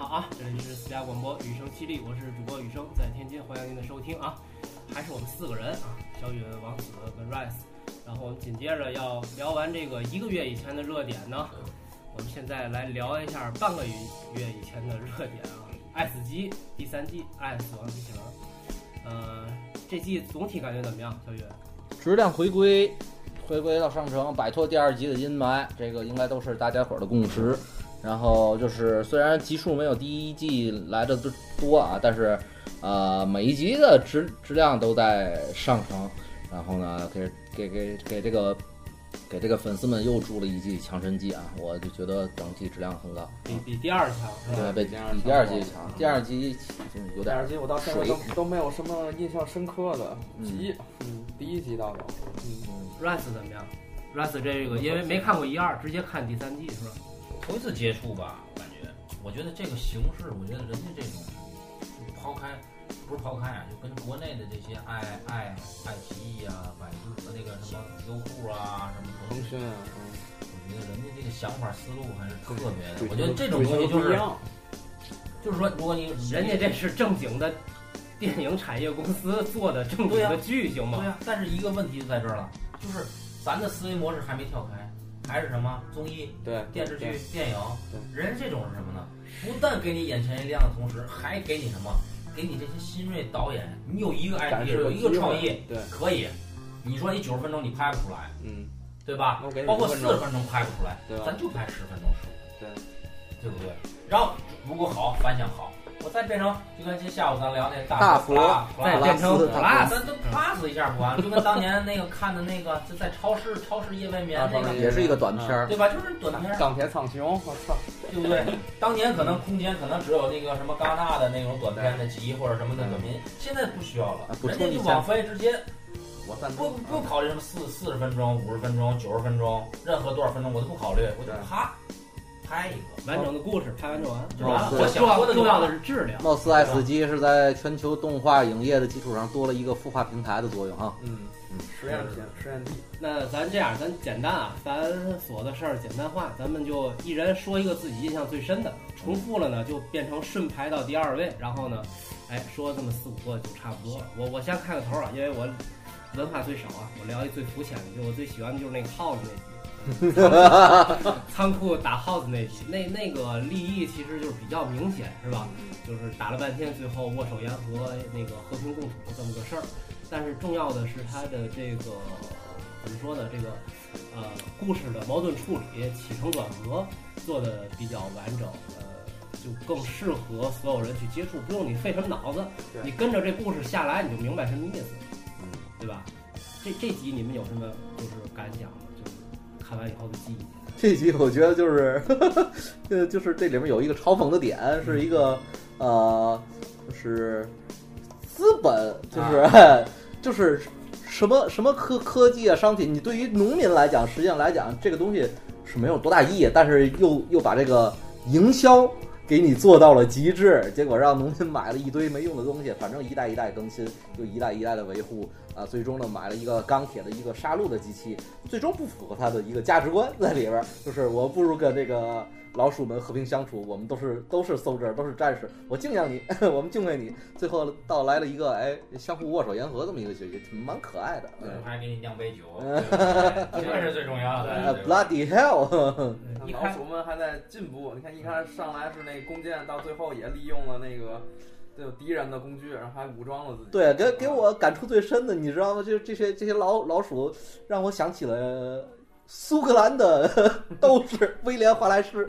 啊，这里是私家广播雨声犀利，我是主播雨声，在天津，欢迎您的收听啊。还是我们四个人啊，小雨、王子跟 Rice，然后我们紧接着要聊完这个一个月以前的热点呢，我们现在来聊一下半个月以前的热点啊，《爱死机》第三季，《爱死亡之行》，呃，这季总体感觉怎么样？小雨，质量回归，回归到上乘，摆脱第二集的阴霾，这个应该都是大家伙儿的共识。然后就是，虽然集数没有第一季来的多啊，但是，呃，每一集的质质量都在上升。然后呢，给给给给这个给这个粉丝们又注了一剂强身剂啊！我就觉得整体质量很高，比比第二强是吧？对，比比第二比第二季强，第二季嗯有第点二集我到现在都水都没有什么印象深刻的嗯集，嗯第一集倒有，嗯， ，Rice 怎么样？Rice 这个因为没看过一二，直接看第三季是吧？头一次接触吧，感觉，我觉得这个形式，我觉得人家这种，就抛开，不是抛开啊，就跟国内的这些爱爱爱奇艺啊、百度那个什么优酷啊、什么腾腾讯，讯啊，我觉得人家这个想法思路还是特别嗯的。我觉得这种东西就不一是，样，就是说，如果你人家这是正经的电影产业公司做的正经对的呀剧行吗对？呀、但是一个问题就在这儿了，就是咱的思维模式还没跳开，还是什么综艺、对，电视剧对，电影，对人这种是什么呢？不但给你眼前一亮的同时，还给你什么？给你这些新锐导演，你有一个展 idea，示有一个机会创意，，对，可以。你说你九十分钟你拍不出来，嗯，对吧那我给？你包括10四分十钟分钟拍不出来，对吧咱就拍十分钟十对对不对？然后如果好，反响好，我再变成就跟今下午咱聊那大大佛佛普再拉变成普拉 plus 咱嗯都 plus 一下不完，就跟当年那个看的那个就在超市超市夜未眠啊那超个市，也是一个短片儿，对吧？就是短片儿钢铁苍穹，我操，对不对？当年可能空间可能只有那个什么戛纳的那种短片的集或者什么的短片，现在不需要了嗯啊，补人充家一就下嗯网飞直接我赞不同，不考虑什么四四十分钟、五十分钟、九十分钟，任何多少分钟我都不考虑，我就对啪拍一个完整的故事拍完就完，就完了。哦我想重要说的就重要完的了。是质量。貌似爱死机是在全球动画影业的基础上多了一个孵化平台的作用啊。嗯嗯，实验品，实验地，那咱这样，咱简单啊，咱所的事儿简单化，咱们就一人说一个自己印象最深的，重复了呢就变成顺排到第二位，然后呢，哎，说这么四五个就差不多了。我我先开个头啊，因为我文化最少啊，我聊一最肤浅的，就我最喜欢的就是那个耗子那集。仓库打耗子那集，那那个立意其实就是比较明显，是吧？就是打了半天，最后握手言和，那个和平共处这么个事儿。但是重要的是它的这个怎么说呢？这个呃故事的矛盾处理、起承转合做的比较完整，呃，就更适合所有人去接触，不用你费什么脑子，对你跟着这故事下来你就明白什么意思，嗯，对吧？这这集你们有什么就是感想吗？就是看完以后的记忆？ 这集我觉得就是， 呃，就是这里面有一个嘲讽的点，是一个呃，就是资本，就是、 就是什么什么科科技啊商品，你对于农民来讲，实际上来讲这个东西是没有多大意义，但是又又把这个营销。给你做到了极致，结果让农民买了一堆没用的东西，反正一代一代更新，又一代一代的维护，啊，最终呢买了一个钢铁的一个杀戮的机器，最终不符合他的一个价值观在里边儿，就是我不如跟这个老鼠们和平相处，我们都是都是 soldier，都是战士，我敬仰你， 我们敬畏你。最后到来了一个哎相互握手言和这么一个结局，蛮可爱的。我还给你酿杯 酒，嗯对不对这是最重要的。呃对吧 bloody hell， 那一老看鼠们还在进步，你看一开始嗯上来是那弓箭，到最后也利用了那个对敌人的工具，然后还武装了自己，对，给给我感触最深的，你知道吗？就这些这些老老鼠，让我想起了苏格兰的斗士威廉·华莱士。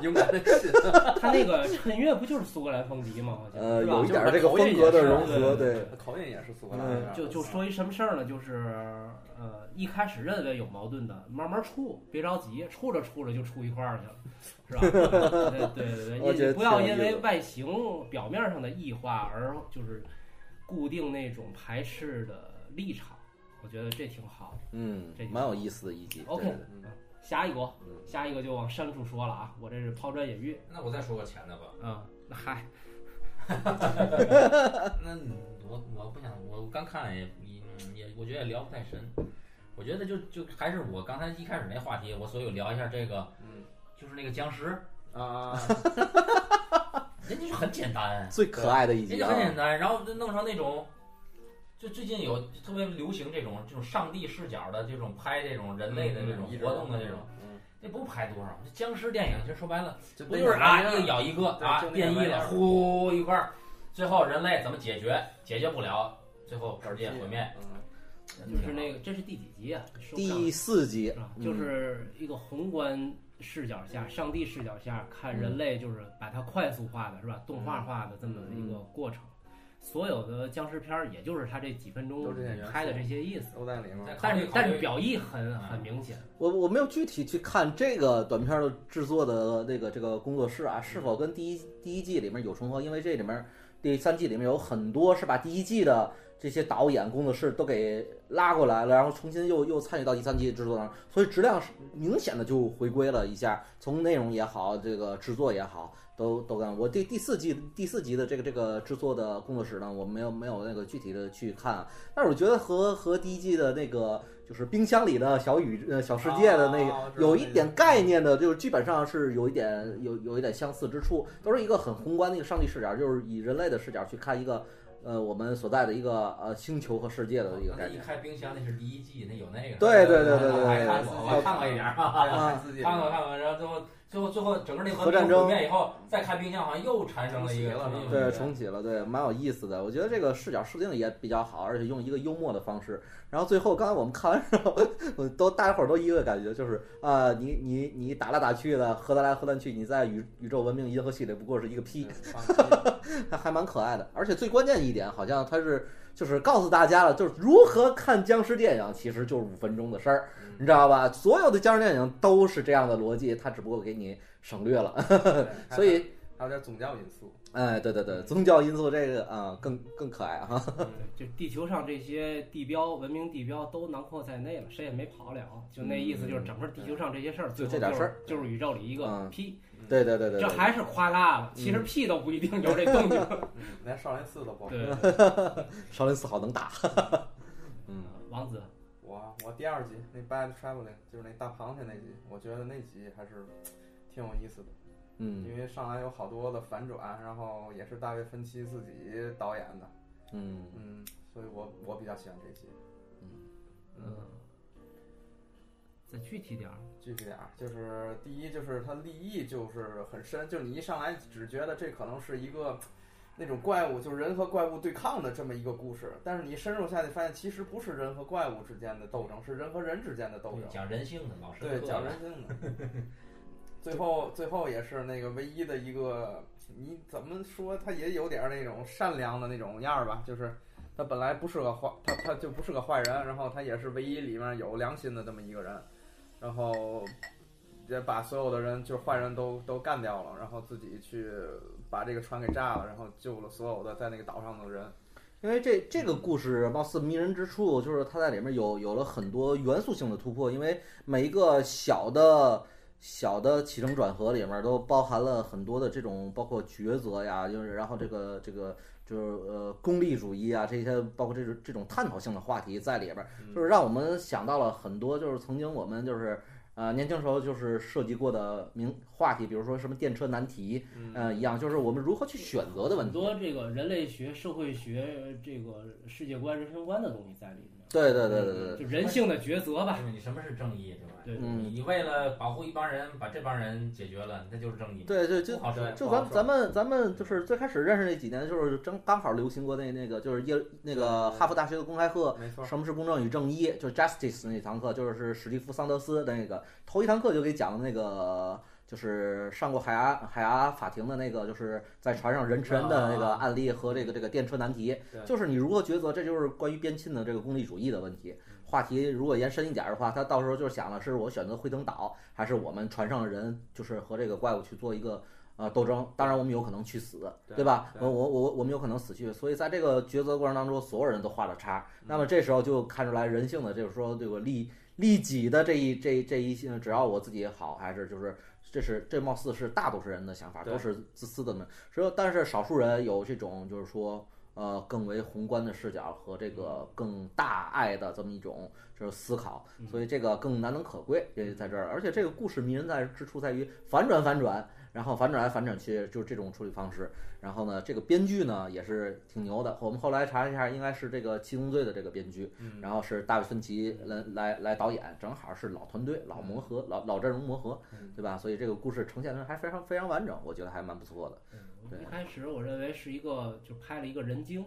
勇敢的信。 他那个衬乐不就是苏格兰风笛吗？好像呃，是吧有一点儿这个风格的融合，对。口音也是苏格兰嗯人，就就说一什么事儿呢？就是呃，一开始认为有矛盾的，慢慢处，别着急，处着处着就处一块儿去了，是吧？ 对对对对，我觉也得不要挺有因为意思外形表面上的异化而就是固定那种排斥的立场，我觉得这挺好。嗯这，蛮有意思的一集。 OK 对的下一个，嗯下一个就往深处说了啊，我这是抛砖引玉那我再说个钱的吧。啊。那嗨，啊那你我我不想，我刚看了也嗯也，我觉得也聊不太深。我觉得就就还是我刚才一开始那话题，我所以我聊一下这个，嗯就是那个僵尸，啊，人家就很简单，最可爱的一人集家啊哎很！简单，然后就弄成那种，就最近有特别流行这种这种上帝视角的这种拍这种人类的这种嗯活动的这种，，嗯那不拍多少，这僵尸电影其实说白了就不就是啊一个个咬一个对啊就那变玩异意了，儿呼一块儿，最后人类怎么解决？解决不了，最后嗯世界毁灭，嗯就是那个这是第几集啊？说不上第四集是吧？就是一个宏观视角下，上帝视角下看人类，就是把它快速化的是吧，动画化的这么一个过程。所有的僵尸片儿，也就是它这几分钟都是这些元素拍的这些意思，都在里面再儿。考但虑是考但是虑表意很很明显。我我没有具体去看这个短片的制作的这个这个工作室啊，是否跟第一第一季里面有重合？因为这里面第三季里面有很多是把第一季的这些导演工作室都给拉过来了，然后重新又又参与到第三季制作当中，所以质量是明显的就回归了一下，从内容也好，这个制作也好，都都干。我这第四季第四集的这个这个制作的工作室呢，我没有没有那个具体的去看啊，但是我觉得和和第一季的那个就是冰箱里的小宇呃小世界的那个、啊我知道有那一个点概 念的，就是基本上是有一点有有一点相似之处，都是一个很宏观的一个上帝视角，就是以人类的视角去看一个呃我们所在的一个呃星球和世界的一个那概哦一念。开冰箱那是第一季，那有那个，对对对对我对还对看过，我还看过一点儿哈哈。啊看啊自己看过看过，然后最后最后最后整个那核战争毁灭以后，再看冰箱好像又产生了一个重启了对，重启了，对，蛮有意思的。我觉得这个视角设定也比较好，而且用一个幽默的方式。然后最后，刚才我们看完之后， 我都大家伙儿都一个感觉，就是啊、你你你打来打去的，核弹来核弹去，你在宇宇宙文明银河系里不过是一个屁，还还蛮可爱的。而且最关键一点，好像它是就是告诉大家了，就是如何看僵尸电影，其实就是五分钟的事儿，嗯 你知道吧？所有的僵尸电影都是这样的逻辑，它只不过给你省略了。嗯所以还有点宗教因 素，哎，对对对，宗教因素这个啊、更更可爱哈、对，嗯就地球上这些地标、文明地标都囊括在内了，谁也没跑了。就那意思，就是整个地球上这些事儿，就最后这点是事儿就是宇宙里一个嗯屁，对对对对这对，还是夸大了。其实屁都不一定有这动静。嗯连少林寺都不好。对，少林寺好能打。嗯，王子，我我第二集那《Bad Traveling》就是那大螃蟹那集，我觉得那集还是挺有意思的，嗯因为上来有好多的反转，然后也是大卫芬奇自己导演的，嗯，嗯，所以我我比较喜欢这集。嗯，再具体点儿。具体点儿，就是第一就是它立意就是很深，就是你一上来只觉得这可能是一个那种怪物，就是人和怪物对抗的这么一个故事，但是你深入下去发现，其实不是人和怪物之间的斗争，是人和人之间的斗争。讲人性的老师对，讲人性的。最后，最后也是那个唯一的一个，你怎么说，他也有点儿那种善良的那种样儿吧，就是他本来不是个坏，他他就不是个坏人，然后他也是唯一里面有良心的这么一个人，然后也把所有的人就是坏人都都干掉了，然后自己去把这个船给炸了，然后救了所有的在那个岛上的人。因为这这个故事貌似迷人之处就是它在里面有有了很多元素性的突破，因为每一个小的小的起承转合里面都包含了很多的这种包括抉择呀，就是然后这个这个就是呃功利主义啊这些，包括这种这种探讨性的话题在里边。就是让我们想到了很多，就是曾经我们就是呃年轻时候就是涉及过的名话题，比如说什么电车难题，嗯呃一样，就是我们如何去选择的问很题。多这个人类学、社会学、这个世界观、人生观的东西在里面，对对对对对对，就人性的抉择吧。就是你什么是正义，对吧？对呃嗯你你为了保护一帮人，把这帮人解决了，那就是正义。对对就不好说对就不好咱说咱们咱们就是最开始认识那几年，就是正刚好流行过那那个就是耶那个哈佛大学的公开课，没错，什么是公正与正义？就是 justice 那堂课，就是史蒂夫桑德斯的那个头一堂课就给讲那个，就是上过海牙海牙法庭的那个，就是在船上人吃人的那个啊案例和这个这个电车难题对，就是你如何抉择，这就是关于边沁的这个功利主义的问题。嗯话题如果延伸一点的话，他到时候就是想了，是我选择惠登岛，还是我们船上的人就是和这个怪物去做一个。呃，斗争，当然我们有可能去死，对对吧？对呃我我我我们有可能死去，所以在这个抉择过程当中，所有人都画了叉，那么这时候就看出来人性的，就是说这个利利己的这一这一这一性，只要我自己好，还是就是这是这貌似是大多数人的想法，对都是自私的呢。只有但是少数人有这种就是说呃更为宏观的视角和这个更大爱的这么一种就是思考，嗯所以这个更难能可贵，也就在这儿。而且这个故事迷人在之处在于反转反转，然后反转来反转去，就是这种处理方式。然后呢，这个编剧呢也是挺牛的，我们后来查了一下，应该是这个《七宗罪》的这个编剧，嗯，然后是大卫芬奇来来来导演，正好是老团队、老磨合、老老阵容磨合嗯，对吧？所以这个故事呈现的还非常非常完整，我觉得还蛮不错的。对一开始嗯我认为是一个就拍了一个人精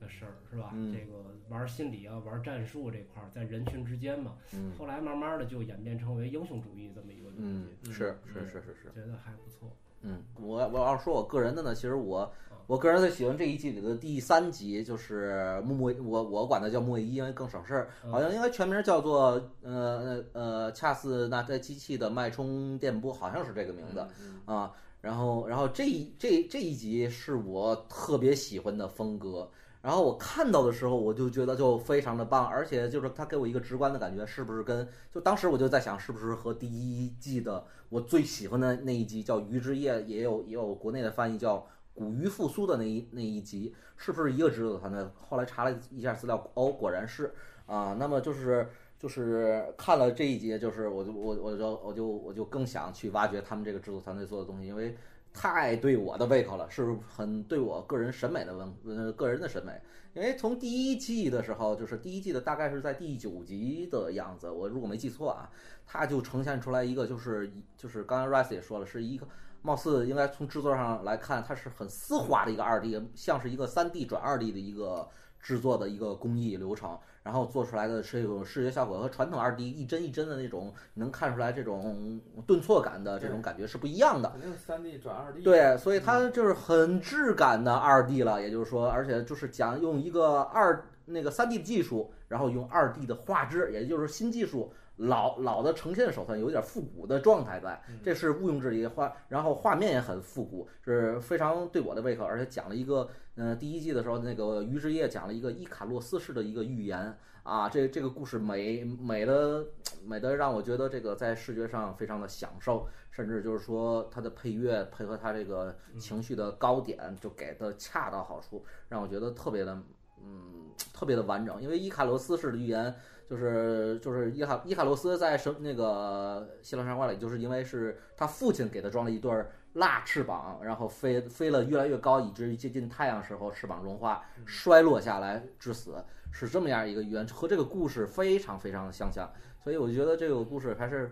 的事儿，是吧？嗯这个玩心理啊，玩战术这块儿，在人群之间嘛，嗯后来慢慢的就演变成为英雄主义这么一个东嗯西，，是是是是是，觉得还不错。嗯，我我要说我个人的呢，其实我我个人最喜欢这一季里的第三集，就是木木，我我管它叫木卫一，因为更省事儿，嗯好像应该全名叫做呃呃呃恰似那台机器的脉冲电波，好像是这个名字。嗯啊。然后，然后这一这这一集是我特别喜欢的风格。然后我看到的时候，我就觉得就非常的棒，而且就是它给我一个直观的感觉，是不是跟就当时我就在想，是不是和第一季的我最喜欢的那一集叫《鱼之夜》，也有也有国内的翻译叫《古鱼复苏》的那一那一集，是不是一个制作团队？后来查了一下资料，哦，果然是啊。那么就是就是看了这一集，就是我就我我就我就我就更想去挖掘他们这个制作团队做的东西，因为太对我的胃口了，是很对我个人审美的文呃个人的审美。因为从第一季的时候，就是第一季的大概是在第九集的样子，我如果没记错啊，它就呈现出来一个就是就是刚才 Rice 也说了，是一个貌似应该从制作上来看，它是很丝滑的一个二 D，像是一个三 D 转二 D 的一个制作的一个工艺流程，然后做出来的是一种视觉效果和传统二 D 一帧一帧的那种能看出来这种顿挫感的这种感觉是不一样的。肯定三 D 转二 D，对，啊所以它就是很质感的二 D 了，也就是说，而且就是讲用一个二那个三 D 的技术，然后用二 D 的画质，也就是新技术老老的呈现手段，有点复古的状态在，这是毋庸置疑的画，然后画面也很复古，是非常对我的胃口，而且讲了一个，嗯、第一季的时候那个于之夜讲了一个伊卡洛斯式的一个预言啊，这这个故事美美的美的让我觉得这个在视觉上非常的享受，甚至就是说它的配乐配合它这个情绪的高点就给的恰到好处，让我觉得特别的嗯特别的完整。因为伊卡罗斯式的预言就是就是伊卡伊卡罗斯在什那个希腊神话里，就是因为是他父亲给他装了一对儿蜡翅膀，然后飞飞了越来越高，以至于接近太阳时候翅膀融化嗯摔落下来致死，是这么样一个预言，和这个故事非常非常的相像。所以我觉得这个故事还是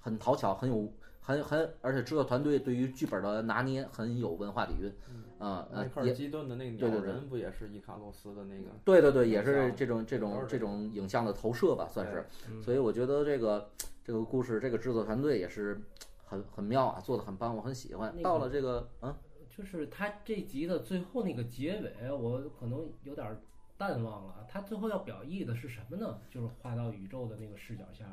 很讨巧，很有很很，而且制作团队对于剧本的拿捏很有文化底蕴嗯，啊、迈呃克，尔也基顿的那个对对鸟对人不也是伊卡洛斯的那个？对对对，也影是像这种这都种是这种影像的投射吧，算是。嗯所以我觉得这个这个故事，这个制作团队也是很很妙啊，做的很棒，我很喜欢那。个到了这个嗯就是他这集的最后那个结尾，我可能有点儿淡忘了。啊他最后要表意的是什么呢？就是画到宇宙的那个视角下，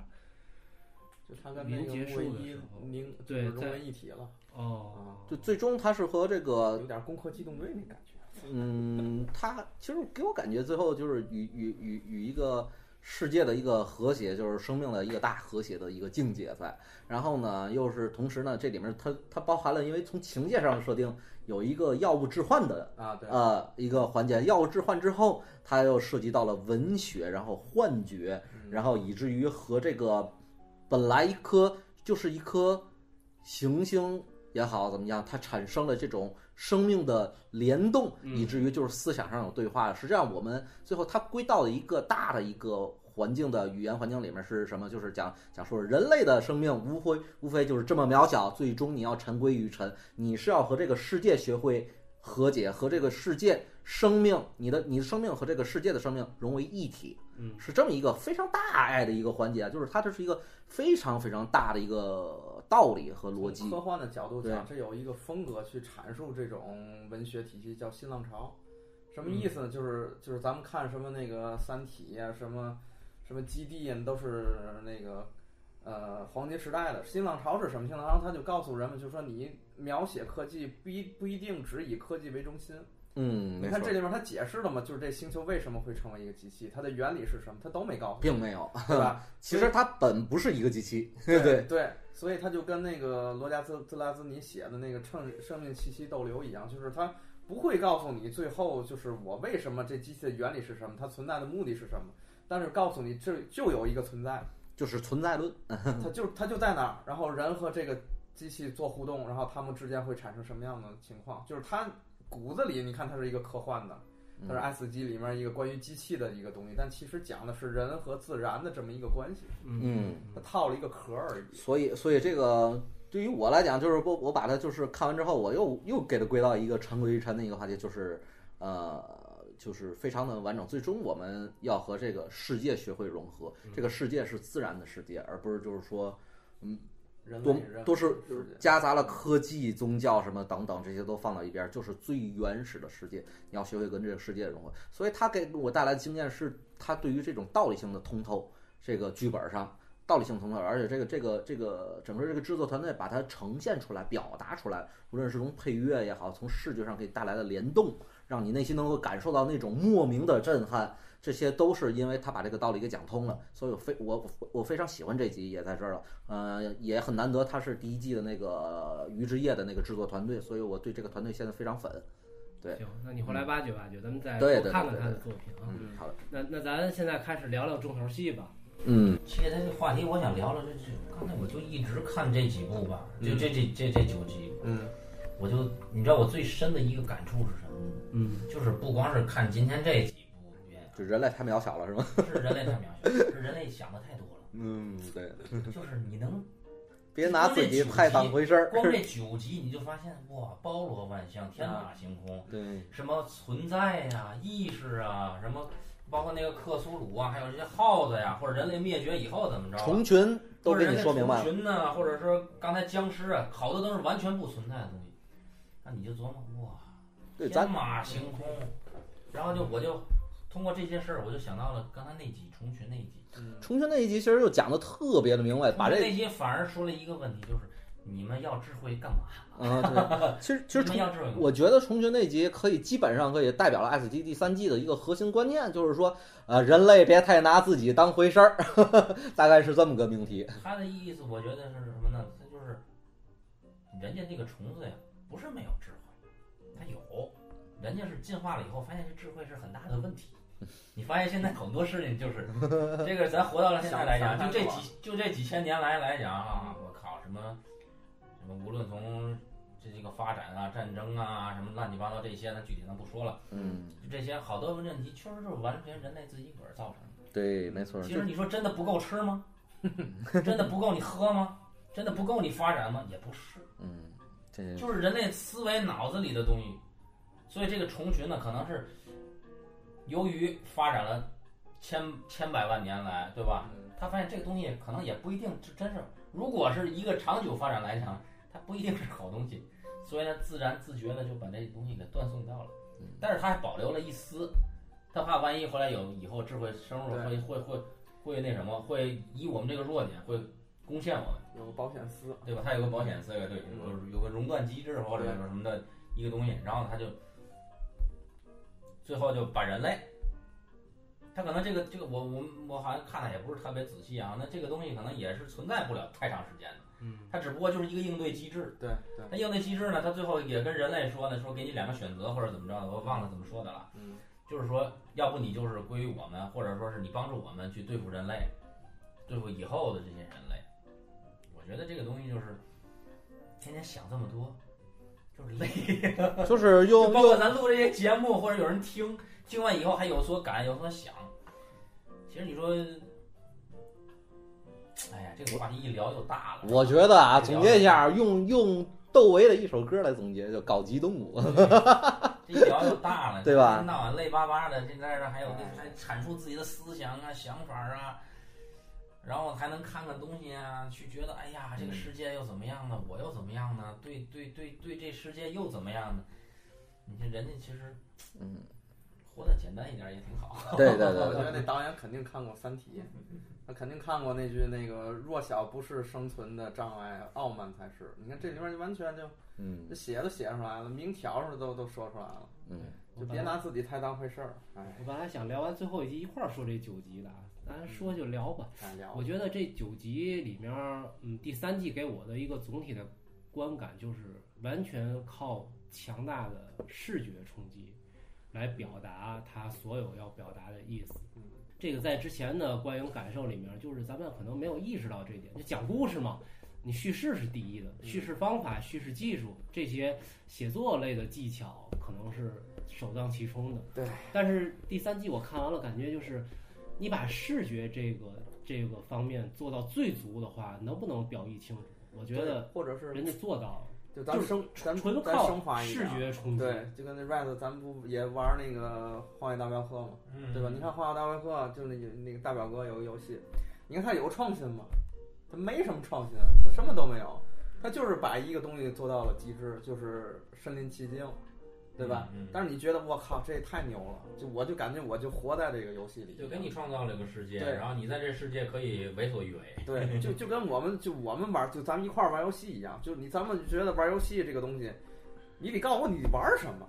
就他跟那临个结莫束的伊时候凝对融在为一体了，哦，就最终它是和这个有点攻壳机动队那感觉。嗯，它其实给我感觉最后就是与与与与一个世界的一个和谐，就是生命的一个大和谐的一个境界在。然后呢，又是同时呢，这里面它它包含了，因为从情节上设定有一个药物置换的啊，对，呃一个环节，药物置换之后，它又涉及到了文学，然后幻觉，嗯然后以至于和这个本来一颗就是一颗行星也好怎么样，它产生了这种生命的联动，嗯以至于就是思想上有对话。实际上，我们最后它归到了一个大的一个。环境的语言环境里面是什么？就是讲讲说人类的生命无非无非就是这么渺小，最终你要尘归于尘，你是要和这个世界学会和解，和这个世界生命，你的你的生命和这个世界的生命融为一体。嗯，是这么一个非常大爱的一个环节，啊就是它这是一个非常非常大的一个道理和逻辑从。科幻的角度讲，对这有一个风格去阐述这种文学体系，叫新浪潮。什么意思呢？嗯就是就是咱们看什么那个《三体》呀，什么什么《基地》呀，都是那个呃黄金时代的新浪潮是什么？新浪潮它就告诉人们，就说你描写科技不一不一定只以科技为中心。嗯，你没看错这，里面它解释了嘛，就是这星球为什么会成为一个机器，它的原理是什么，它都没告诉并没有。你，对吧？其实它本不是一个机器，对对，对，所以他就跟那个罗加兹兹拉兹尼写的那个《乘生命气息逗留》一样，就是他不会告诉你最后就是我为什么这机器的原理是什么，它存在的目的是什么，但是告诉你这就有一个存在，就是存在论。它就它就在那儿，然后人和这个机器做互动，然后他们之间会产生什么样的情况？就是它骨子里，你看它是一个科幻的，嗯它是《爱死机》里面一个关于机器的一个东西，但其实讲的是人和自然的这么一个关系，嗯，它套了一个壳而已。所以，所以这个对于我来讲，就是我我把它就是看完之后，我又又给它归到一个尘归尘的一个话题，就是呃，就是非常的完整。最终我们要和这个世界学会融合，嗯这个世界是自然的世界，而不是就是说人多类人都是世界夹杂了科技、宗教什么等等，这些都放到一边儿，就是最原始的世界，你要学会跟这个世界融合。所以他给我带来的经验是，他对于这种道理性的通透，这个剧本上道理性通透，而且这个这个这个整个这个制作团队把它呈现出来、表达出来，无论是从配乐也好，从视觉上给你带来的联动，让你内心能够感受到那种莫名的震撼。这些都是因为他把这个道理给讲通了，所以我非我我我非常喜欢这集，也在这儿了。呃，也很难得，他是第一季的那个《鱼之夜》的那个制作团队，所以我对这个团队现在非常粉。对行，那你回来挖掘挖掘，咱们再对多对看看对对他的对作品啊。嗯，好的，那那咱现在开始聊聊重头戏吧。嗯其实他这话题我想聊聊，这这刚才我就一直看这几部吧，就这这这这九集，嗯，我就你知道我最深的一个感触是什么吗？嗯，就是不光是看今天这几部片，就人类太渺小了，是吗？是人类太渺小，是人类想的太多了。嗯，对，就是你能 别拿自己太当回事儿。光这九集，你就发现哇，包罗万象，天马行空，对，什么存在呀、意识啊，什么包括那个克苏鲁啊，还有这些耗子呀、或者人类灭绝以后怎么着啊、虫群都或者给人你类说明白了。虫群呢，或者说刚才僵尸啊，好多都是完全不存在的东西，那你就琢磨哇，对，咱天马行空，然后就我就通过这些事儿，我就想到了刚才那集虫群那一集，嗯虫群那一集其实就讲的特别的明白，把这那集反而说了一个问题，就是你们要智慧干嘛？啊，对， 其实其实你虫们要智慧干嘛？我觉得虫群那集可以基本上可以代表了 S G 第三季的一个核心观念，就是说，呃，人类别太拿自己当回事儿， 大概是这么个命题。他的意思，我觉得是什么呢？他就是人家那个虫子呀，不是没有智慧，它有，人家是进化了以后发现这智慧是很大的问题。你发现现在很多事情就是这个，咱活到了现在来讲，就这几就这几千年来来讲啊，我靠，什么什么，无论从这这个发展啊、战争啊、什么乱七八糟这些，咱具体咱不说了，嗯，就这些好多问题确实就是完全人类自己个儿造成的。对，没错，其就实你说真的不够吃吗？真的不够你喝吗？真的不够你发展吗？也不是，嗯，这些就是人类思维脑子里的东西。所以这个虫群呢，可能是由于发展了千千百万年来，对吧？嗯他发现这个东西可能也不一定是真是，如果是一个长久发展来讲，它不一定是好东西，所以呢，自然自觉的就把这东西给断送掉了。但是他还保留了一丝，他怕万一回来有以后智慧生物会会会会那什么，会以我们这个弱点会攻陷我们，有个保险丝，对吧？他有个保险思维，对，有个有个熔断机制或者有什么的一个东西，然后他就最后就把人类，他可能这个这个我我我好像看的也不是特别仔细啊，那这个东西可能也是存在不了太长时间的，嗯，它只不过就是一个应对机制。对对，那应对机制呢，它最后也跟人类说呢，说给你两个选择或者怎么着的，我忘了怎么说的了。嗯，就是说，要不你就是归于我们，或者说是你帮助我们去对付人类，对付以后的这些人类。我觉得这个东西就是天天想这么多，就是累。 就是就用包括用咱录这些节目，或者有人听，听完以后还有所感，有所想。其实你说，哎呀，这个话题一聊就大了。我觉得啊，总结一下，用用窦唯的一首歌来总结，就搞激动物。这一聊就大了，对吧一天到晚累巴巴的，现在这还有还阐述自己的思想啊、想法啊，然后还能看看东西啊，去觉得哎呀，嗯这个世界又怎么样呢？我又怎么样呢？对对对对，这世界又怎么样呢？你看人家其实，嗯，活得简单一点也挺好。 对对对我对，觉得那导演肯定看过《三体》，他肯定看过那句那个“弱小不是生存的障碍，傲慢才是”。你看这里面就完全就 嗯这写都写出来了，明条上都都说出来了，嗯，就别拿自己太当回事儿。哎，我本来想聊完最后一集一块儿说这九集的，啊，咱说就聊吧。太聊我觉得这九集里面，嗯，第三季给我的一个总体的观感就是完全靠强大的视觉冲击，来表达他所有要表达的意思嗯。这个在之前的观影感受里面，就是咱们可能没有意识到这一点。就讲故事嘛，你叙事是第一的，叙事方法、叙事技术这些写作类的技巧可能是首当其冲的。对。但是第三季我看完了，感觉就是你把视觉这个这个方面做到最足的话，能不能表意清楚？我觉得或者是人家做到了，就咱们升，咱们纯咱升华靠一视点啊。觉冲击。对，就跟那 Red，咱们不也玩那个《荒野大镖客》吗？嗯，对吧？你看《荒野大镖客》，就那那个大表哥有个游戏，你看它有创新吗？它没什么创新，它什么都没有，它就是把一个东西做到了极致，就是身临其境，对吧？嗯？嗯但是你觉得我靠，这也太牛了！就我就感觉我就活在这个游戏里，就给你创造了一个世界，对然后你在这世界可以为所欲为。对，就就跟我们就我们玩就咱们一块儿玩游戏一样，就你咱们觉得玩游戏这个东西，你得告诉我你玩什么，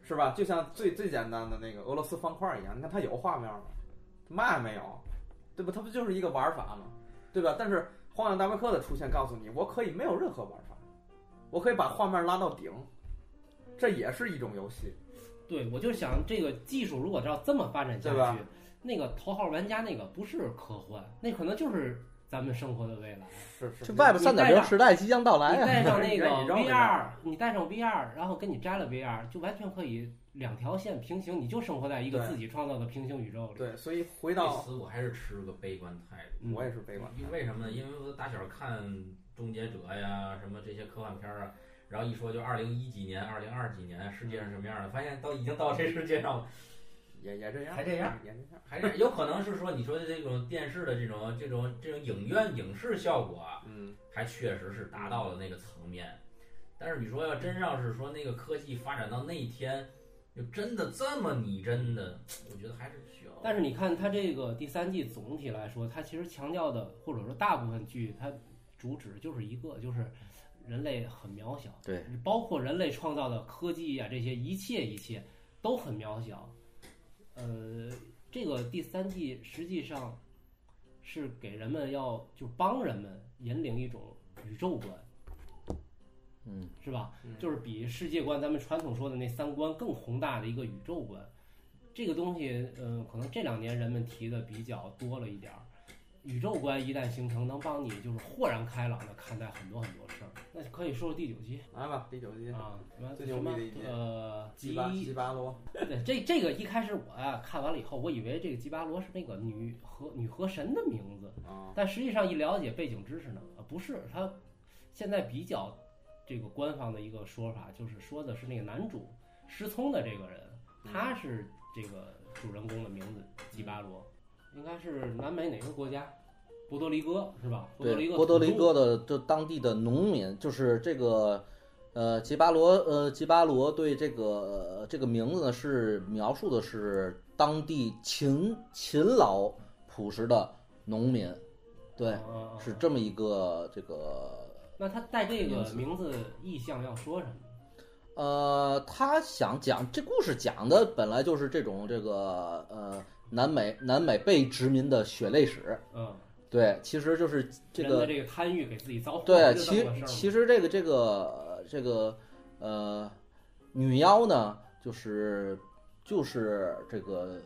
是吧？就像最最简单的那个俄罗斯方块一样，你看它有画面吗？嘛也没有，对吧？它不就是一个玩法吗？对吧？但是《荒野大镖客》的出现告诉你，我可以没有任何玩法，我可以把画面拉到顶，这也是一种游戏。对，我就想这个技术如果要这么发展下对吧去，那个头号玩家那个不是科幻，那可能就是咱们生活的未来。是是，这外边三点零时代即将到你来啊呀、带上那个哎你让 VR，你让你带上 VR，然后跟你摘了 VR，就完全可以两条线平行，你就生活在一个对自己创造的平行宇宙里。对，所以回对到此，我还是持个悲观态度。嗯我也是悲观，为什么呢？因为我打小看《终结者》呀，什么这些科幻片儿啊，然后一说就二零一几年、二零二几年世界上什么样的，发现到已经到这世界上了，也也这样，还这样，也这样。还是有可能是说你说的这种电视的这种这种这种影院影视效果啊，嗯，还确实是达到了那个层面。但是你说要真要是说那个科技发展到那一天，就真的这么拟真的，我觉得还是需要。但是你看它这个第三季总体来说，它其实强调的或者说大部分剧它主旨就是一个，就是人类很渺小，对，包括人类创造的科技啊这些一切一切都很渺小。呃，这个第三季实际上是给人们要就帮人们引领一种宇宙观，嗯，是吧？嗯就是比世界观，咱们传统说的那三观更宏大的一个宇宙观。这个东西，嗯，可能这两年人们提的比较多了一点儿。宇宙观一旦形成，能帮你就是豁然开朗的看待很多很多事儿。那可以说说第九集来吧，第九集。啊，什么最什牛逼么的一集呃，吉巴吉吉巴罗，对这这个一开始我啊看完了以后，我以为这个吉巴罗是那个女河女河神的名字，啊，但实际上一了解背景知识呢，呃不是他现在比较这个官方的一个说法，就是说的是那个男主失聪的这个人，他是这个主人公的名字吉巴罗，嗯应该是南美哪个国家？波多黎各是吧？波多黎对，各，波多黎各的就当地的农民，就是这个，呃，吉巴罗，呃，吉巴罗对这个、呃这个名字呢是描述的是当地勤勤劳朴实的农民，对，啊啊啊是这么一个这个那他带这个名字意象要说什么？呃，他想讲这故事讲的本来就是这种这个呃南美南美被殖民的血泪史，嗯，对，其实就是这人个的这个贪欲给自己造祸，对，就其这么个事儿嘛其实这个这个这个呃女妖呢，就是就是这个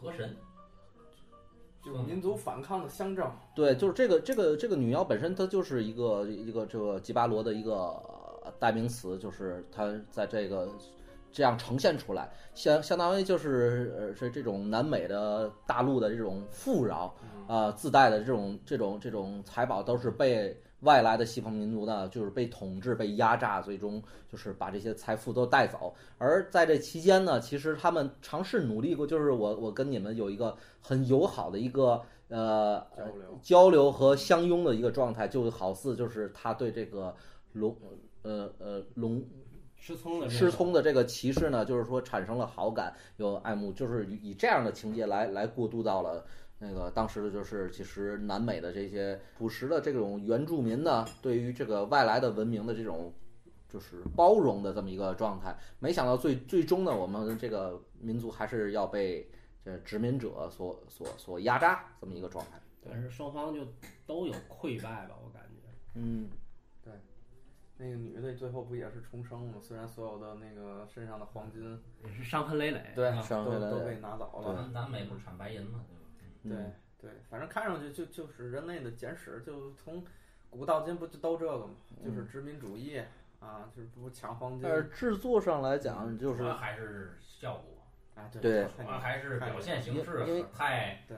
河神就是民族反抗的象征。对，就是这个这个这个女妖本身，她就是一个一个这个吉巴罗的一个呃代名词，就是她在这个这样呈现出来，相相当于就是呃是这种南美的大陆的这种富饶啊、自带的这种这种这种财宝都是被外来的西方民族呢，就是被统治、被压榨，最终就是把这些财富都带走。而在这期间呢，其实他们尝试努力过，就是我我跟你们有一个很友好的一个呃交流交流和相拥的一个状态，就好似就是他对这个聋呃呃聋失聪的这失个聪的这个骑士呢，就是说产生了好感，有爱慕，就是以以这样的情节来来过渡到了。那个当时的就是，其实南美的这些朴实的这种原住民呢，对于这个外来的文明的这种就是包容的这么一个状态，没想到最最终呢，我们这个民族还是要被这殖民者所所所压榨这么一个状态。但是双方就都有溃败吧，我感觉。嗯，那个女的最后不也是重生吗？虽然所有的那个身上的黄金也是伤痕累累。对啊嗯上都回来都的被拿走了，咱咱美不是产白银嘛，对吧？嗯对对，反正看上去就就是人类的简史，就从古到今不就都这个吗？就是殖民主义啊，就是不抢黄金嗯但是制作上来讲，就主是要还是效果，啊，对对主要还是表现形因为式太对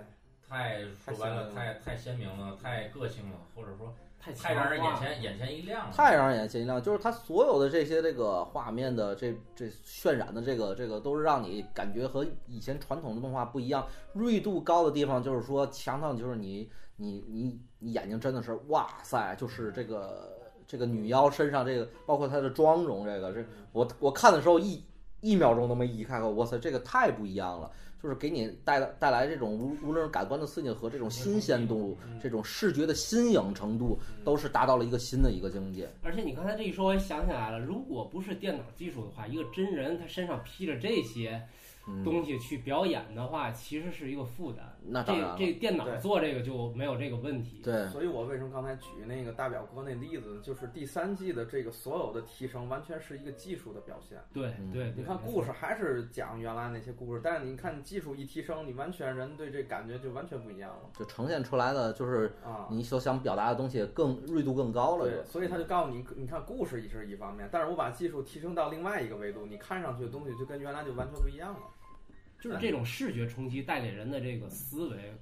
太说白了，太太太鲜明了，太个性了，或者说太太让人强眼化了前眼前一亮了。太让人眼前一亮，就是它所有的这些这个画面的这这渲染的这个这个，都是让你感觉和以前传统的动画不一样。锐度高的地方就是说强到就是你你你你眼睛真的是哇塞，就是这个这个女妖身上这个，包括她的妆容，这个这我我看的时候一一秒钟都没移开过，哇塞，这个太不一样了。就是给你带来带来这种无无论是感官的刺激和这种新鲜度，嗯这种视觉的新颖程度，都是达到了一个新的一个境界。而且你刚才这一说，我也想起来了，如果不是电脑技术的话，一个真人他身上披着这些嗯，东西去表演的话，其实是一个负担。那当然这了，这电脑对做这个就没有这个问题。对，所以我为什么刚才举那个大表哥那例子，就是第三季的这个所有的提升，完全是一个技术的表现。对嗯对，你看对故事还是讲原来那些故事，但是你看技术一提升，你完全人对这感觉就完全不一样了就呈现出来的就是啊。你所想表达的东西更锐度更高了，对，就啊所以他就告诉你，你看故事也是一方面，但是我把技术提升到另外一个维度，你看上去的东西就跟原来就完全不一样了。就是这种视觉冲击带给人的这个思维，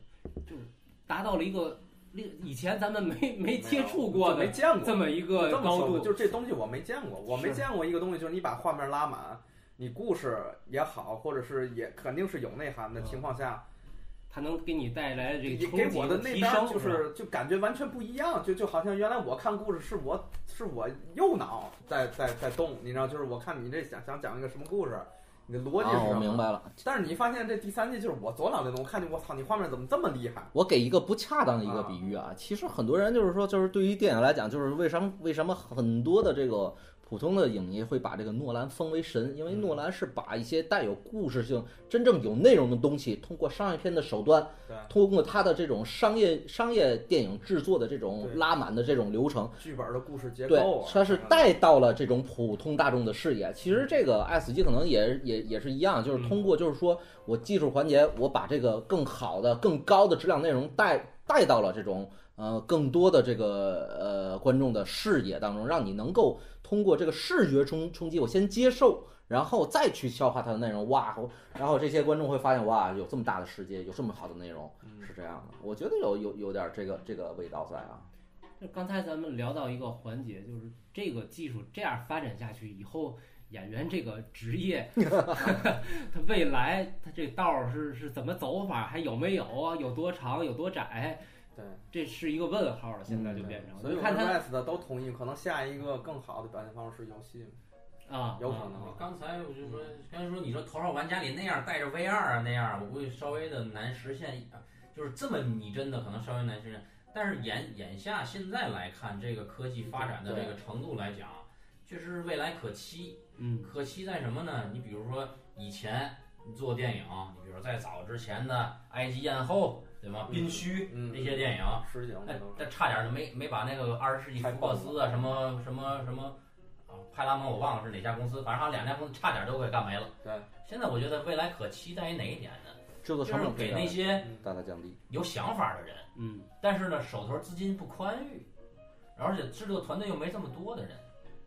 就是达到了一个另以前咱们没没接触过就没的见过这么一个这么高说吧度，就是这东西我没见过，我没是见过一个东西，就是你把画面拉满，你故事也好，或者是也肯定是有内涵的嗯情况下，它能给你带来这你个冲给击我和的那提边儿升，就是吧是就感觉完全不一样，就就好像原来我看故事是我是我右脑在在在动，你知道，就是我看你这想想讲一个什么故事，你的逻辑啊，是我什明么？白了。但是你发现这第三季就是我左脑在动，我看见我操，你画面怎么这么厉害？我给一个不恰当的一个比喻啊，其实很多人就是说，就是对于电影来讲，就是为什么为什么很多的这个普通的影迷会把这个诺兰封为神，因为嗯诺兰是把一些带有故事性、真正有内容的东西，通过商业片的手段对，通过他的这种商业商业电影制作的这种对拉满的这种流程，剧本的故事结对构、啊，，它是带到了这种普通大众的视野。其嗯实这个《爱死机》可能也也也是一样，就是通过就是说我技术环节，我把这个更好的、更高的质量内容带带到了这种呃更多的这个呃观众的视野当中，让你能够通过这个视觉冲冲击，我先接受。然后再去消化它的内容，哇！我然后这些观众会发现，哇，有这么大的世界，有这么好的内容，嗯嗯是这样的。我觉得有有有点这个这个味道在啊。就刚才咱们聊到一个环节，就是这个技术这样发展下去以后，演员这个职业，他未来他这道儿是是怎么走法，还有没有啊？有多长，有多窄？对。这是一个问号了，现在就变成。嗯所以你我看跟他 West 的都同意，可能下一个更好的表现方式是游戏嘛。啊，有可啊能啊刚才我就说，刚才说你说《头号玩家》里那样带着 VR 啊那样，我估计稍微的难实现，啊就是这么拟真的可能稍微难实现。但是眼眼下现在来看，这个科技发展的这个程度来讲，确实是未来可期。嗯，可期在什么呢？你比如说以前你做电影，你比如说在早之前的《埃及艳后》，对吗？嗯宾虚嗯这些电影，实景哎这都，这是。差点就没没把那个二十世纪福克斯啊，什么什么什么，啊，派拉蒙我忘了是哪家公司，反正好像两家公司差点都给干没了。对，现在我觉得未来可期待于哪一点呢？制就作成是本给非常那些嗯大大降低。有想法的人，嗯，但是呢手头资金不宽裕，而且制作团队又没这么多的人。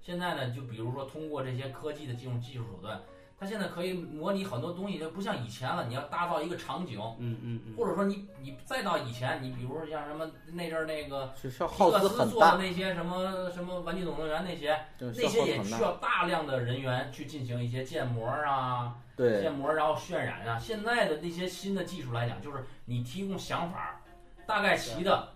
现在呢，就比如说通过这些科技的这种技术手段，它现在可以模拟很多东西，就不像以前了。你要打造一个场景，嗯嗯嗯，或者说你你再到以前，你比如说像什么那阵儿那个。是需要皮耗克资斯很做的大，那些什么什么玩具总动员那些，那那些也需要大量的人员去进行一些建模啊、对建模，然后渲染啊。现在的那些新的技术来讲，就是你提供想法，大概齐的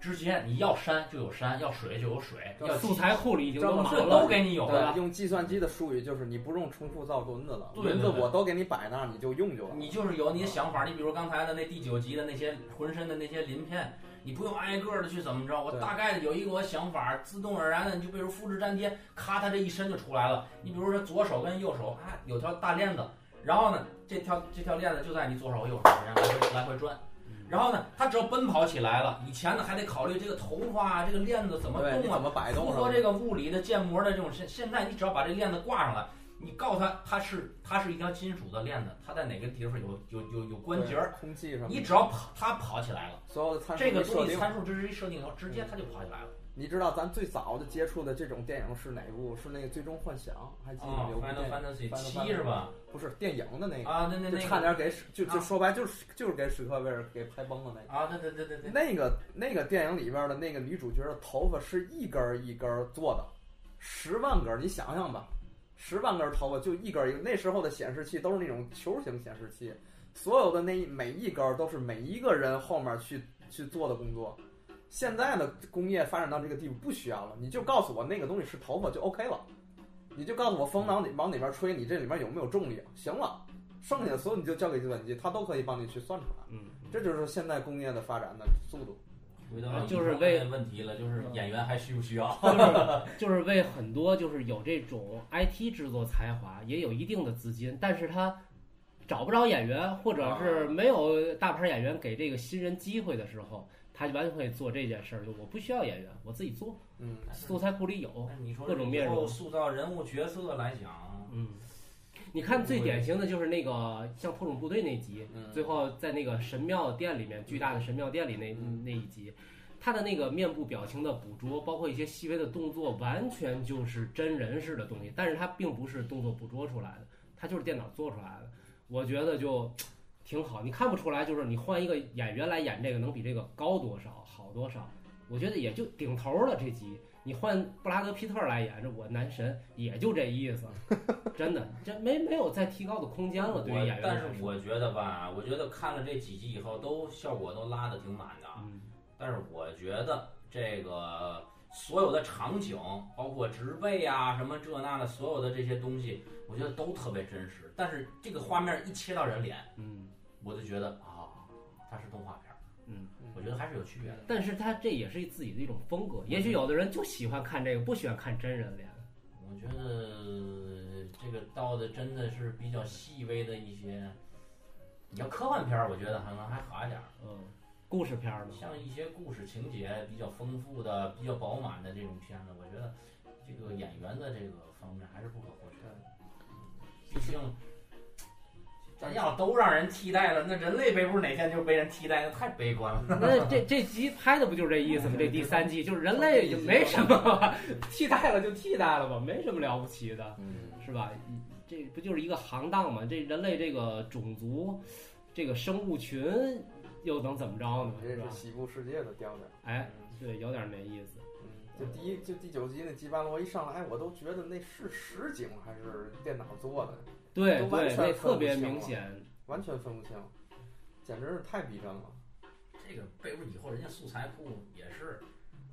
之前你要山就有山，要水就有水，要素材库里已经都满这都了，给你有对，了。用计算机的术语就是你不用重复造轮子了，对对轮子对我都给你摆那儿，你就用就完了。你就是有你的想法，你比如刚才的那第九集的那些浑身的那些鳞片，你不用挨个的去怎么着，我对大概有一个我想法，自动而然的你就比如复制粘贴，咔，它这一伸就出来了。你比如说左手跟右手啊，有条大链子，然后呢，这条这条链子就在你左手和右手之间来回来回转嗯，然后呢，他只要奔跑起来了，以前呢还得考虑这个头发啊，这个链子怎么对，你动啊怎，么摆动符是合吧这个物理的建模的这种现现在，你只要把这链子挂上来，你告诉他它是它是一条金属的链子，它在哪个地方有有有有关节儿，对空气什么的，你只要跑它跑起来了，所有的参数这个一设东西定，嗯参数这是一设定条，直接它就跑起来了。你知道咱最早的接触的这种电影是哪部？是那个《最终幻想》，还记得啊吗？有部电，Final 影 Fantasy Final 七是吧？不是电影的那个，啊，那那就那差个点给史就就啊说白就是就是给史克威尔给拍崩了那个。啊，对对对对对，那个那个电影里边的那个女主角的头发是一根儿一根儿做的，十万根儿，你想想吧，十万根儿头发就一根儿一个。那时候的显示器都是那种球形显示器，所有的那一每一根儿都是每一个人后面去去做的工作。现在的工业发展到这个地步不需要了，你就告诉我那个东西是头发就 OK 了，你就告诉我风往哪往哪边吹，你这里面有没有重力，行了，剩下的所有你就交给计算机，它都可以帮你去算出来。嗯，这就是现代工业的发展的速度。回到就是为为问题了，就是嗯演员还需不需要？就是就是为很多就是有这种 IT 制作才华，也有一定的资金，但是他找不着演员，或者是没有大牌演员给这个新人机会的时候，他完全可以做这件事儿，就我不需要演员，我自己做，嗯，素材库里有那，哎你说各种面以后容塑造人物角色来讲，嗯。你看最典型的就是那个像特种部队那集，嗯最后在那个神庙殿里面，巨大的神庙殿里那嗯那一集，他的那个面部表情的捕捉，包括一些细微的动作，完全就是真人式的东西，但是它并不是动作捕捉出来的，它就是电脑做出来的。我觉得就挺好，你看不出来，就是你换一个演员来演这个，能比这个高多少，好多少？我觉得也就顶头了这集。你换布拉德皮特来演，这我男神也就这意思，真的，这没没有再提高的空间了。对于演员我来但说，是我觉得吧，我觉得看了这几集以后，都效果都拉的挺满的。嗯，但是我觉得这个所有的场景，包括植被啊什么这那的，所有的这些东西，我觉得都特别真实。但是这个画面一切到人脸，嗯。我就觉得啊，它是动画片儿。嗯，我觉得还是有区别的。但是他这也是自己的一种风格，也嗯许有的人就喜欢看这个，不喜欢看真人脸。我觉得这个到的真的是比较细微的一些，你要科幻片儿，我觉得可能还好一点儿。嗯，故事片儿 嘛，像一些故事情节比较丰富的、比较饱满的这种片子，我觉得这个演员的这个方面还是不可或缺的。毕竟，咱要都让人替代了，那人类背不是哪天就被人替代，那太悲观了。那这这集拍的不就是这意哎思吗？这第三季就是人类也没什么 吧，替代了就替代了吧，没什么了不起的，嗯，是吧？嗯这不就是一个行当嘛？这人类这个种族，这个生物群又能怎么着呢？这是是吧？西部世界的调调。哎，对，有点那意思。嗯，就第一就第九集那吉巴罗一上来，哎我都觉得那是实景还是电脑做的，对都完对，全那分特不别清明了显。完全分不清，简直是太逼真了。这个背不是以后人家素材库也是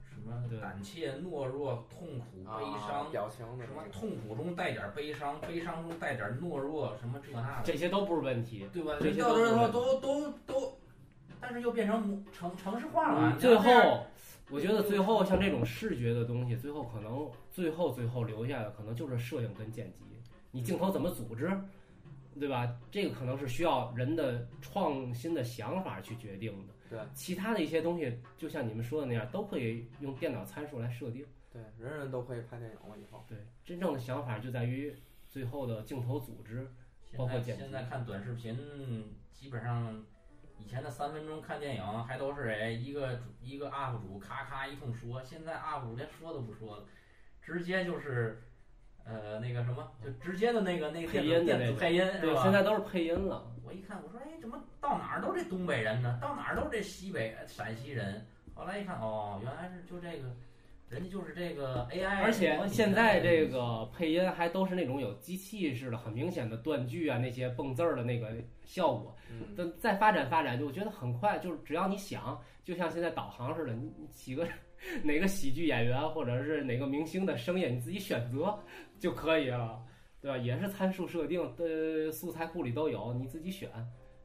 什么对胆怯、懦弱、痛苦、悲伤啊，，表情的什那么个，痛苦中带点悲伤，悲伤中带点懦弱，什么这那的。这些都不是问题，对吧？这这些到都时候是都都都，但是又变成模城城市化了。嗯你最要这样，后，我觉得最后像这种视觉的东西，最后可能最后最后留下的可能就是摄影跟剪辑，你镜头怎么组织，对吧？这个可能是需要人的创新的想法去决定的。对，其他的一些东西，就像你们说的那样，都可以用电脑参数来设定。对，人人都可以拍电影了以后。对，真正的想法就在于最后的镜头组织。包括现在剪辑现在看短视频，基本上以前的三分钟看电影还都是哎一个主一个 UP 主咔咔一通说，现在 UP 主连说都不说了，直接就是。呃，那个什么，就直接的那个那个配电音的子电那子个配音是对，吧？现在都是配音了。我一看，我说，哎，怎么到哪儿都这东北人呢？到哪儿都这西北陕西人。后来一看，哦，原来是就这个，人家就是这个 AI。而且现在这个配音还都是那种有机器似的，很明显的断句啊，那些蹦字儿的那个效果。嗯，但再发展发展，就我觉得很快，就是只要你想，就像现在导航似的，你你几个 哪个喜剧演员或者是哪个明星的声音，你自己选择就可以了，对吧？也是参数设定，呃，素材库里都有，你自己选。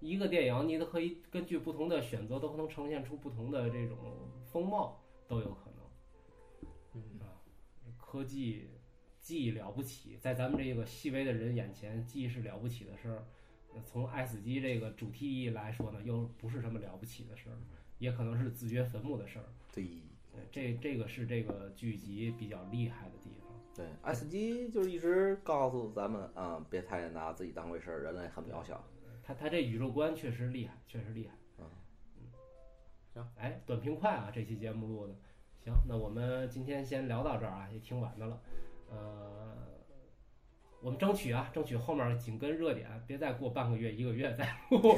一个电影，你都可以根据不同的选择，都能呈现出不同的这种风貌，都有可能。嗯啊，科技既了不起，在咱们这个细微的人眼前，既是了不起的事儿，那从爱死机这个主题意义来说呢，又不是什么了不起的事儿，也可能是自掘坟墓的事儿。对对，这这个是这个剧集比较厉害的地方。对，S 哎级就是一直告诉咱们啊、别太拿自己当回事儿，人类很渺小。他他这宇宙观确实厉害，确实厉害。嗯行，哎，短平快啊，这期节目录的。行，那我们今天先聊到这儿啊，也挺晚的了。呃，我们争取啊，争取后面紧跟热点，别再过半个月、一个月再录，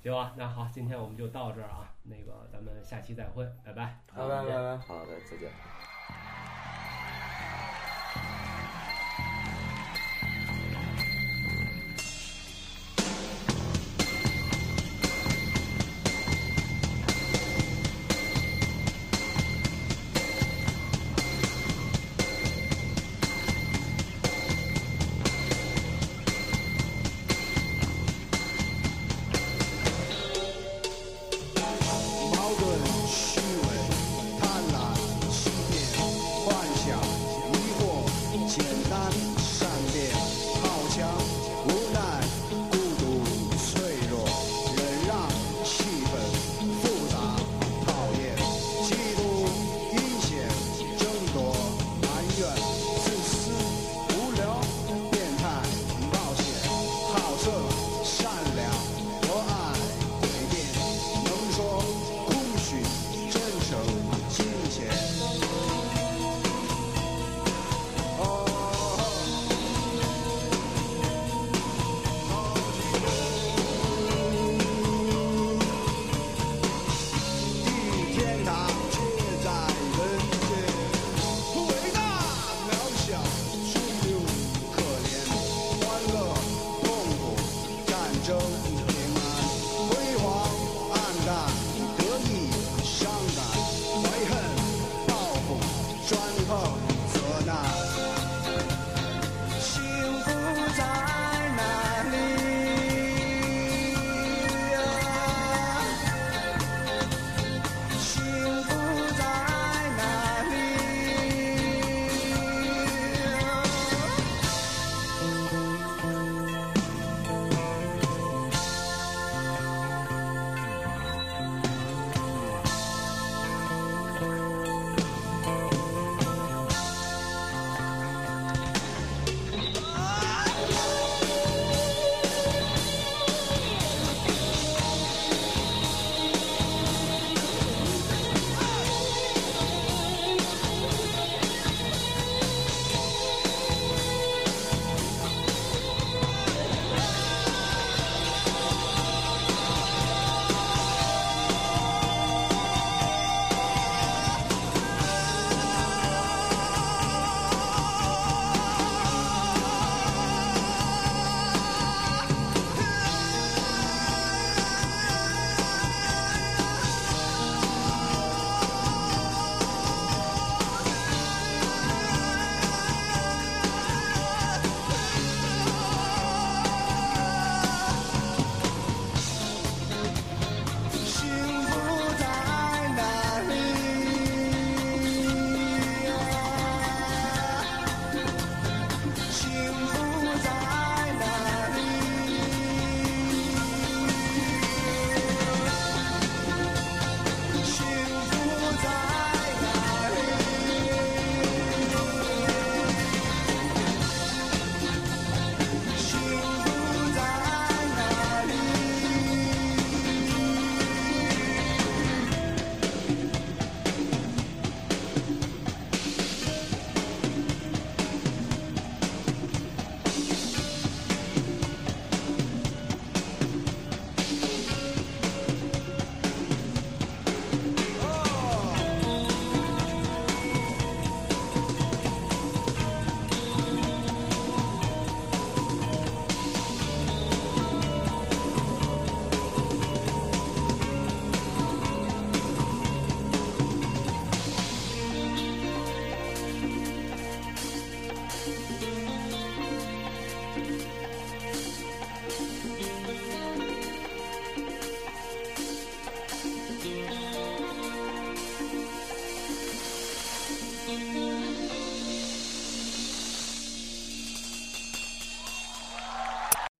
行吧？那好，今天我们就到这儿啊，那个咱们下期再会，拜拜。拜拜拜拜。好的，再见。